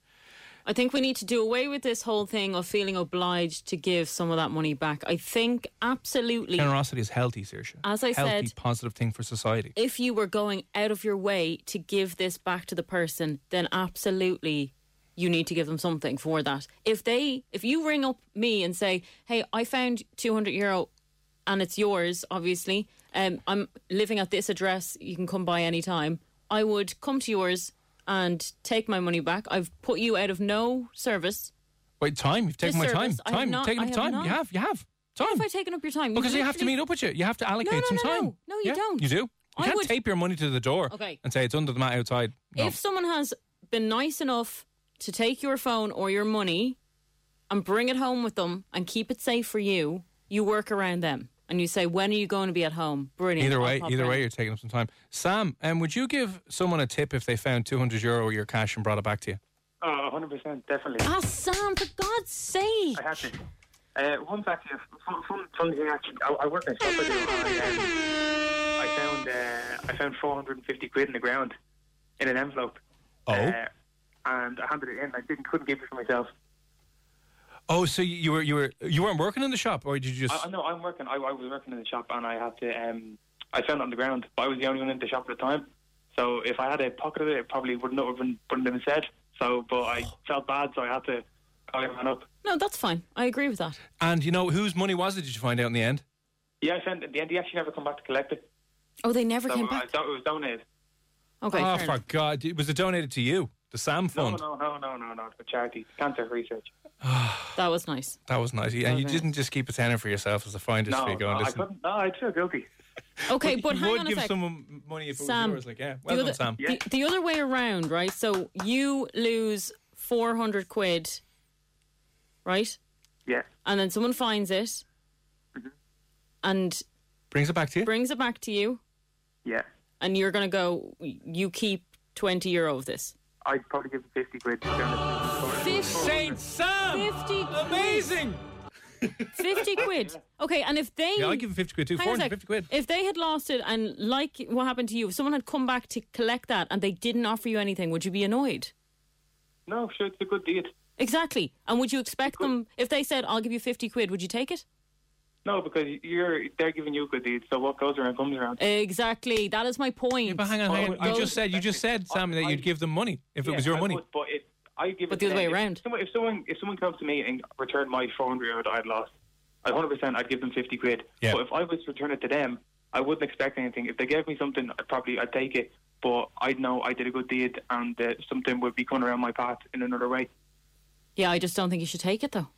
I think we need to do away with this whole thing of feeling obliged to give some of that money back. I think absolutely Generosity is healthy, Saoirse. As I healthy, said- positive thing for society. if you were going out of your way to give this back to the person, then absolutely you need to give them something for that. If they if you ring up me and say, "Hey, I found 200 euro and it's yours, obviously. Um I'm living at this address. You can come by anytime." I would come to yours and take my money back. I've put you out of no service. Wait, time. You've taken my time. Disservice. I have Time. You've not- taken I up have time. not. You have. You have. Time. Have I taken up your time? because you have to literally- meet up with you. You have to allocate no, some no, time. no. No, you Yeah, don't. You do. You I can't would- tape your money to the door Okay. and say it's under the mat outside. No. If someone has been nice enough to take your phone or your money and bring it home with them and keep it safe for you, you work around them and you say, "When are you going to be at home?" Brilliant. either I'll way, pop either round. way, you're taking up some time. Sam, um, would you give someone a tip if they found 200 euro or your cash and brought it back to you? Oh, 100%, definitely. Ah, Sam, for God's sake! I have to. Uh, one's actually a fun, fun, fun thing. Actually, I, I work in a shop. I do. And, um, I found uh, I found 450 quid in the ground in an envelope. Oh. Uh, and I handed it in. I didn't couldn't keep it for myself. Oh, so you- you were you were you weren't working in the shop, or did you just? I, I- no, I'm working. I, I was working in the shop, and I had to. Um, I found it on the ground. But I was the only one in the shop at the time. So if I had a pocket of it, it probably would not have been wouldn't have been said. So, but I felt bad, so I had to. call him up. No, that's fine. I agree with that. and you know whose money was it? Did you find out in the end? Yeah, I sent at the end. He actually never come back to collect it. Oh, they never So came I, back. thought it was donated. Okay. oh, fair for enough. God! It was it donated to you, the Sam No, Fund? no, no, no, no, no. For charity, cancer research. That was nice. That was nice. And you didn't just keep a tenner for yourself as a finder's No, fee. no, Going, I listen, couldn't. No, I'd feel guilty. Okay, But but you hang would on a give sec. someone money if it Sam, was yours. Like, yeah, well the, done, other, Sam. the- the other way around, right? So you lose 400 quid, right? Yeah. And then someone finds it Mm-hmm. and Brings it back to you. brings it back to you, Yeah. and you're going to go, you keep 20 euro of this. I'd probably give him 50 quid. to be honest. 50, Saint Sam. 50 quid. Amazing. 50 quid. Okay, and if they. Yeah, I give him fifty quid too. Hang Four on a hundred sec. fifty quid. If they had lost it and like what happened to you, if someone had come back to collect that and they didn't offer you anything, would you be annoyed? No, sure, it's a good deed. Exactly. And would you expect them if they said, "I'll give you fifty quid," would you take it? No, because you're they're giving you a good deed, so what goes around comes around. Exactly. That is my point. But hang on, hang on. I You would Oh, just said you just said expect it. Sam that I- you'd give them money if it was your I money. would, but if I give But it the to other them, way around. If someone, if someone if someone comes to me and returned my 400 euro that I'd lost, I'd 100% I'd give them 50 quid. Yeah. But if I was to return it to them, I wouldn't expect anything. If they gave me something, I'd probably I'd take it, but I'd know I did a good deed and uh, something would be coming around my path in another way. Yeah, I just don't think you should take it though.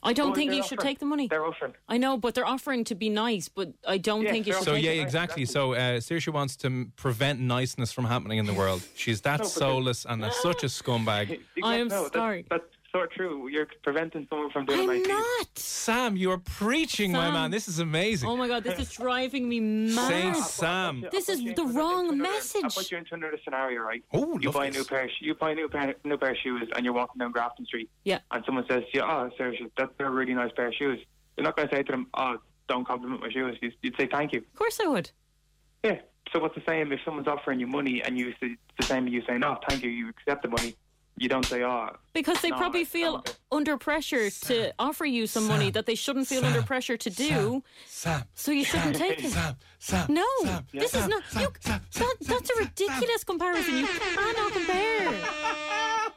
I don't Oh, think they're you should offering- take the money. They're offering. I know, but they're offering to be nice, but I don't Yeah, think you they're should. So Okay, yeah, yeah, exactly. exactly. So uh, Saoirse wants to m- prevent niceness from happening in the world. She's that No, but- soulless and that's such a scumbag. Exactly. I am No, that- sorry. That, sort through. You're preventing someone from doing I'm my not. Sam, you are preaching, my Sam. man. This is amazing. Oh my god, this is driving me mad. Saint Sam. This is the wrong I message. put you into another scenario, right? Oh, you love buy a this. new pair. Of, you buy a new pair, new pair of shoes, and you're walking down Grafton Street, Yeah. and someone says, to you, "Oh, Sergio, that's a really nice pair of shoes." You're not going to say to them, "Oh, don't compliment my shoes." You'd, you'd say, "Thank you." Of course I would. Yeah. So what's the same if someone's offering you money and you say, it's the same as you saying, "Oh, thank you," you accept the money. You don't say, "Oh." Because they No, probably I feel don't. under pressure to offer you some money that they shouldn't feel under pressure to do, Sam. so you shouldn't take it. Sam. Sam. No, Sam, this Sam, is not. Sam, you, Sam, Sam, that, that's a ridiculous comparison. You cannot compare.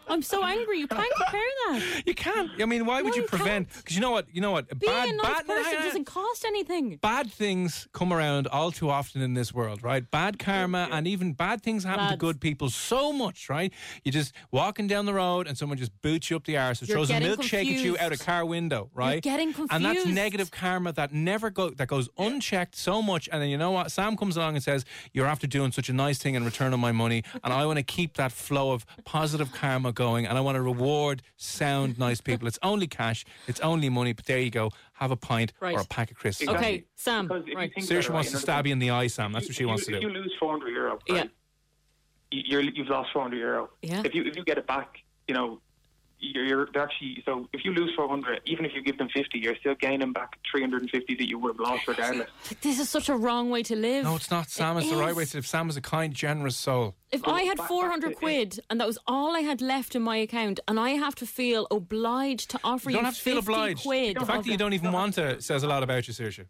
I'm so angry. You can't compare that. You can't. I mean, why would No, you you prevent? can't. Because you know what? You know what? Being a nice no, person no, no. doesn't cost anything. bad things come around all too often in this world, right? Bad karma and even bad things happen to Lads. good people so much, right? You're just walking down the road and someone just boots you up the arse and You're throws a getting milkshake at you out a confused. car window, right? getting And that's confused. negative karma that never go that goes unchecked so much. And then you know what? Sam comes along and says, You're after doing such a nice thing in return on my money, and I want to keep that flow of positive karma going and I want to reward sound, nice people. It's only cash, it's only money, but there you go. Have a pint Right. or a pack of crisps. Exactly. Okay, Sam. Because if you Right. think Saoirse about it, wants to right, stab you in the eye, Sam. That's what she you- wants if to You do. lose 400 euro. Yeah. right? you- You're, you've lost 400 euro. Yeah. If you if you get it back, you know, you're, you're they're actually so. If you lose 400, even if you give them 50, you're still gaining back 350 that you would have lost regardless. Like, This is such a wrong way to live. No, it's not Sam. It it's the right is. way to live. Sam is a kind, generous soul. If I had back- 400 back to- quid and that was all I had left in my account, and I have to feel obliged to offer You you, don't have to feel 50 obliged. Quid The fact that you of- don't even want to says a lot about you, Saoirse.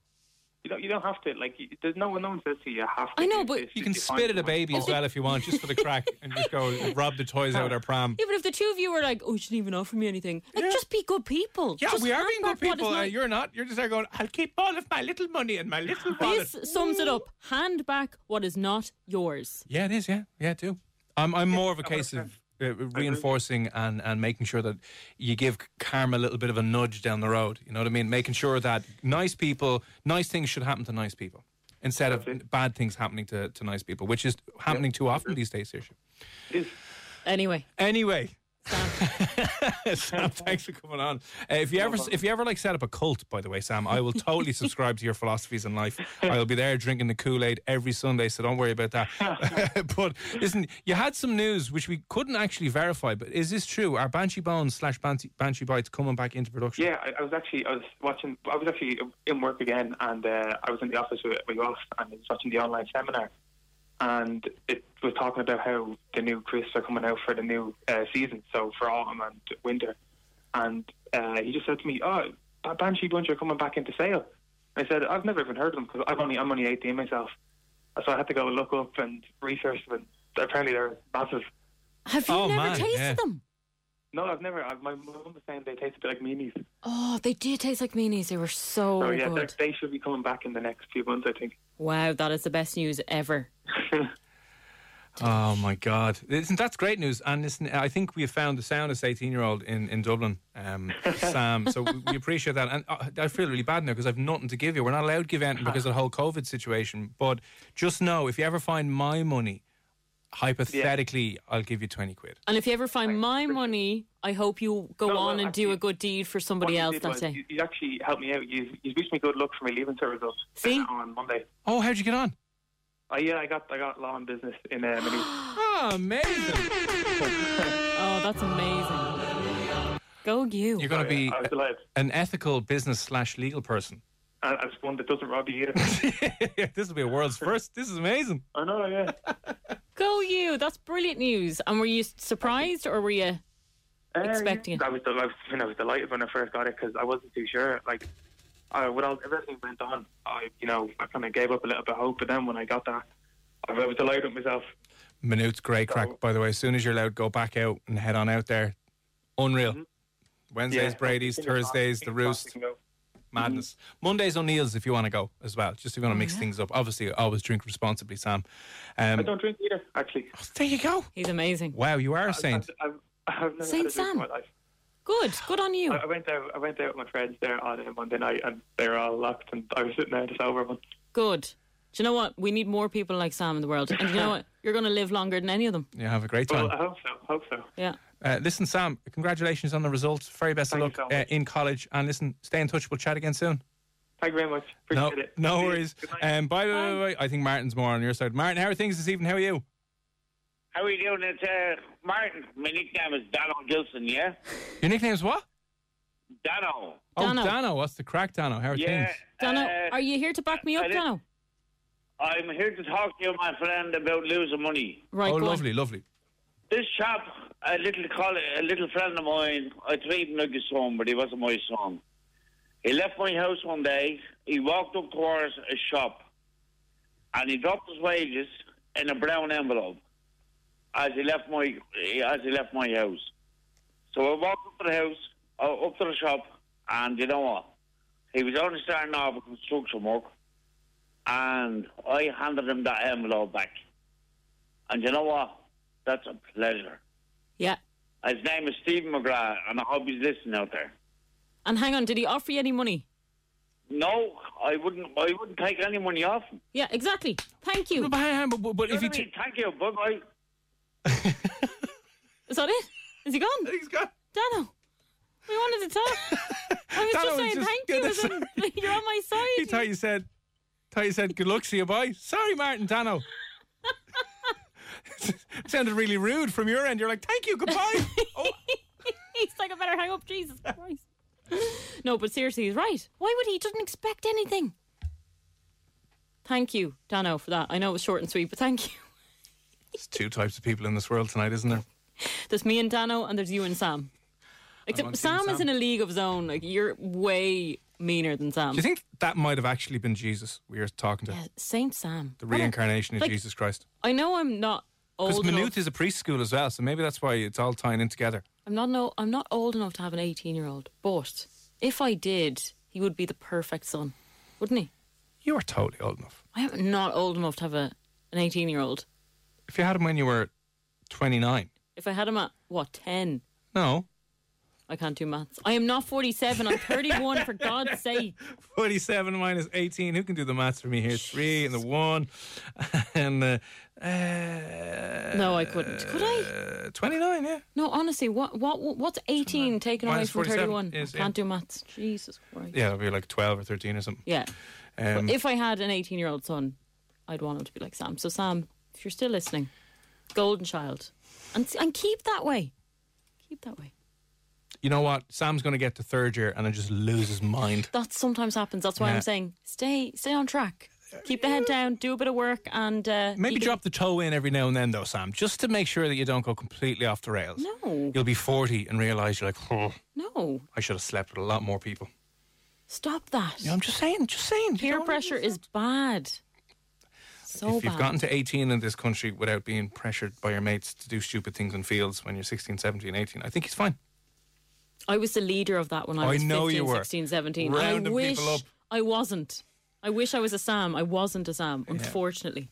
You don't you don't have to like. You, there's no one no one says to you, you have to. I know, do but- this, You can find spit at a someone." baby as well if you want, just for the crack, and just go rob the toys out of their pram. Yeah, but if the two of you were like, oh, you didn't even offer me anything, like, just be good people. Yeah, Just we are hand being back good what is people. Uh, mine. you're not. You're just there going, I'll keep all of my little money and my little wallet. This sums it up. Hand back what is not yours. Yeah, it is. Yeah, yeah, it do. I'm, I'm more of a case of uh, reinforcing and, and making sure that you give karma a little bit of a nudge down the road. You know what I mean? Making sure that nice people, nice things should happen to nice people instead of bad things happening to, to nice people, which is happening too often these days, Saoirse. Anyway, Anyway. Sam, thanks for coming on. Uh, if you ever, if you ever like set up a cult, by the way, Sam, I will totally subscribe to your philosophies in life. I will be there drinking the Kool Aid every Sunday, so don't worry about that. but listen, you had some news which we couldn't actually verify, but is this true? Are Banshee Bones slash Banshee, Banshee Bites coming back into production? Yeah, I, I was actually I was watching. I was actually in work again, and uh, I was in the office with, with you off, and I was watching the online seminar, and it was talking about how the new crisps are coming out for the new uh, season, so for autumn and winter, and uh, he just said to me, "Oh, that Banshee Bunch are coming back into sale." I said, "I've never even heard of them because I've only I'm only 18 myself, so I had to go look up and research them. And apparently, they're massive. have you Oh, never man, tasted yeah. them? No, I've never. I've, my mum was saying they taste a bit like meanies. Oh, they did taste like meanies. They were so So Oh, yeah, Oh, good. they, they should be coming back in the next few months, I think. Wow, that is the best news ever. Oh my God! Listen, that's great news, and listen, I think we have found the soundest eighteen-year-old in in Dublin, um, Sam. So we, we appreciate that, and uh, I feel really bad now because I've nothing to give you. We're not allowed to give anything because of the whole COVID situation. But just know, if you ever find my money, hypothetically, I'll give you twenty quid. And if you ever find my money, I hope you go No, on well, and do actually, a good deed for somebody What else you did that was day. You, you actually helped me out. You, you wished me good luck for my leaving cert results uh, See? on Monday. Oh, how'd you get on? Oh, yeah, I got I got law and business in uh, Manute. Oh, amazing! Oh, that's amazing. Go you. You're going to be I was delighted. an ethical business slash legal person. And it's one that doesn't rob you either. this will be a world's first. This is amazing. I know, yeah. Uh, Go you. That's brilliant news. And were you surprised or were you. Uh, yeah. Expecting it. I was, del- I was, I mean, I was delighted when I first got it because I wasn't too sure. Like, uh, with all, everything went on, I, you know, I kind of gave up a little bit of hope. But then when I got that, I was delighted with myself. Minute's grey crack, by the way. As soon as you're allowed, go back out and head on out there. Unreal. Mm-hmm. Wednesdays, Yeah. Brady's. Fingers crossed- Thursdays, The fingers crossed Roost. we can go. Madness. Mm-hmm. Mondays, O'Neill's, if you want to go as well. Just if you want to mix things up. Obviously, always drink responsibly, Sam. I Um, don't drink either, actually. there you go. He's amazing. Wow, you are a saint. I've, I've never Saint had a drink Sam. in my life. Good. Good on you. I I went out. I went out with my friends there on a Monday night, and they were all locked, and I was sitting there just over one. Good. Do you know what? We need more people like Sam in the world. And do you know what? you're going to live longer than any of them. Yeah, have a great Well, time. I hope so. Hope so. Yeah. Uh, listen, Sam, congratulations on the results. Very best Thank you of luck so uh, much. in college. And listen, stay in touch. We'll chat again soon. Thank you very much. No, Appreciate it. no See you. worries. Good night. Um, by the way, I think Martin's more on your side. Martin, how are things this evening? How are you? How are you doing? It's uh, Martin. My nickname is Donald Gilson, yeah? Your nickname's what? Dono. Dano. Oh, Dano. What's the crack, Dano? How are Yeah. things? Dano, uh, are you here to back me up, I did- Dano? I'm here to talk to you, my friend, about losing money. Right. oh, go on. lovely, lovely. This chap, a little coll a little friend of mine, I treated him like his son, but he wasn't my son. He left my house one day. He walked up towards a shop, and he dropped his wages in a brown envelope as he left my as he left my house. So I walked up to the house, uh, up to the shop, and you know what? He was only starting off with construction work, and I handed him that envelope back. And you know what? That's a pleasure. Yeah. His name is Stephen McGrath, and I hope he's listening out there. And hang on, did he offer you any money? No, I wouldn't. I wouldn't take any money off him. Yeah, exactly. Thank you. But, but- but- but if you Tell me, thank you, bye bye. Is that it? Is he gone? he's gone. Dano, we wanted to talk. I Dano was just was saying just- thank yeah, you. that's as in, You're on my side. He thought you said, thought you said, good luck, see you, bye. Sorry, Martin, Dano. sounded really rude from your end. You're like, thank you, goodbye. oh, He's like, I better hang up, Jesus Christ. no, but seriously, he's right. Why would he? he? Doesn't expect anything. Thank you, Dano, for that. I know it was short and sweet, but thank you. there's two types of people in this world tonight, isn't there? There's me and Dano, and there's you and Sam. on Except Team Sam, is Sam. in a league of his own. Like you're way meaner than Sam. Do you think that might have actually been Jesus we were talking to? Yeah, Saint Sam. The What a- reincarnation of like- Jesus Christ. I know I'm not Because old. Enough. Maynooth is a priest school as well, so maybe that's why it's all tying in together. I'm not no, I'm not old enough to have an 18 year old. But if I did, he would be the perfect son, wouldn't he? You were totally old enough. I'm not old enough to have a an 18 year old. If you had him when you were 29, If I had him at what 10, no, I can't do maths. I am not 47. I'm 31. for God's sake. 47 minus 18. Who can do the maths for me here? Three and the one. And uh, uh, No, I couldn't. Could I? 29, yeah. No, honestly, what what what's 18 taken away Minus from 47 31? is, I yeah. can't do maths. Jesus Christ. Yeah, it'll be like 12 or 13 or something. Yeah. Um, But if I had an 18 year old son, I'd want him to be like Sam. So, Sam, if you're still listening, golden child. And, and keep that way. Keep that way. you know what? Sam's going to get to third year and then just lose his mind. That sometimes happens. That's why Yeah. I'm saying stay stay on track. Keep the head down, do a bit of work, and. Uh, Maybe you can- drop the toe in every now and then, though, Sam, just to make sure that you don't go completely off the rails. No. You'll be 40 and realise you're like, oh, No, I should have slept with a lot more people. stop that. You know, I'm just saying, just saying. You Peer don't- pressure is bad. So if you've bad. gotten to 18 in this country without being pressured by your mates to do stupid things in fields when you're 16, 17, 18, I think it's fine. I was the leader of that when I I was know 15, you were. 16, 17. I Rounding wish people up. I wasn't. I wish I was a Sam. I wasn't a Sam, unfortunately.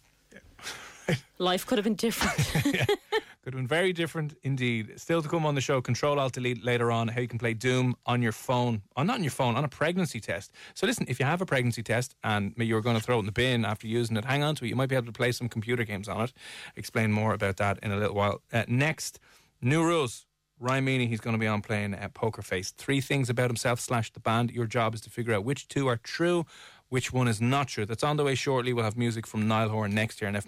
Life could have been different. Could have been very different indeed. Still to come on the show, Control Alt Delete later on, how you can play Doom on your phone. Oh, not on your phone, on a pregnancy test. So listen, if you have a pregnancy test and maybe you're going to throw it in the bin after using it, hang on to it. You might be able to play some computer games on it. Explain more about that in a little while. Uh, next, new rules. Ryan Meaney, he's going to be on playing uh, Poker Face. Three things about himself slash the band. Your job is to figure out which two are true, which one is not true. That's on the way shortly. We'll have music from Niall Horan next year. And if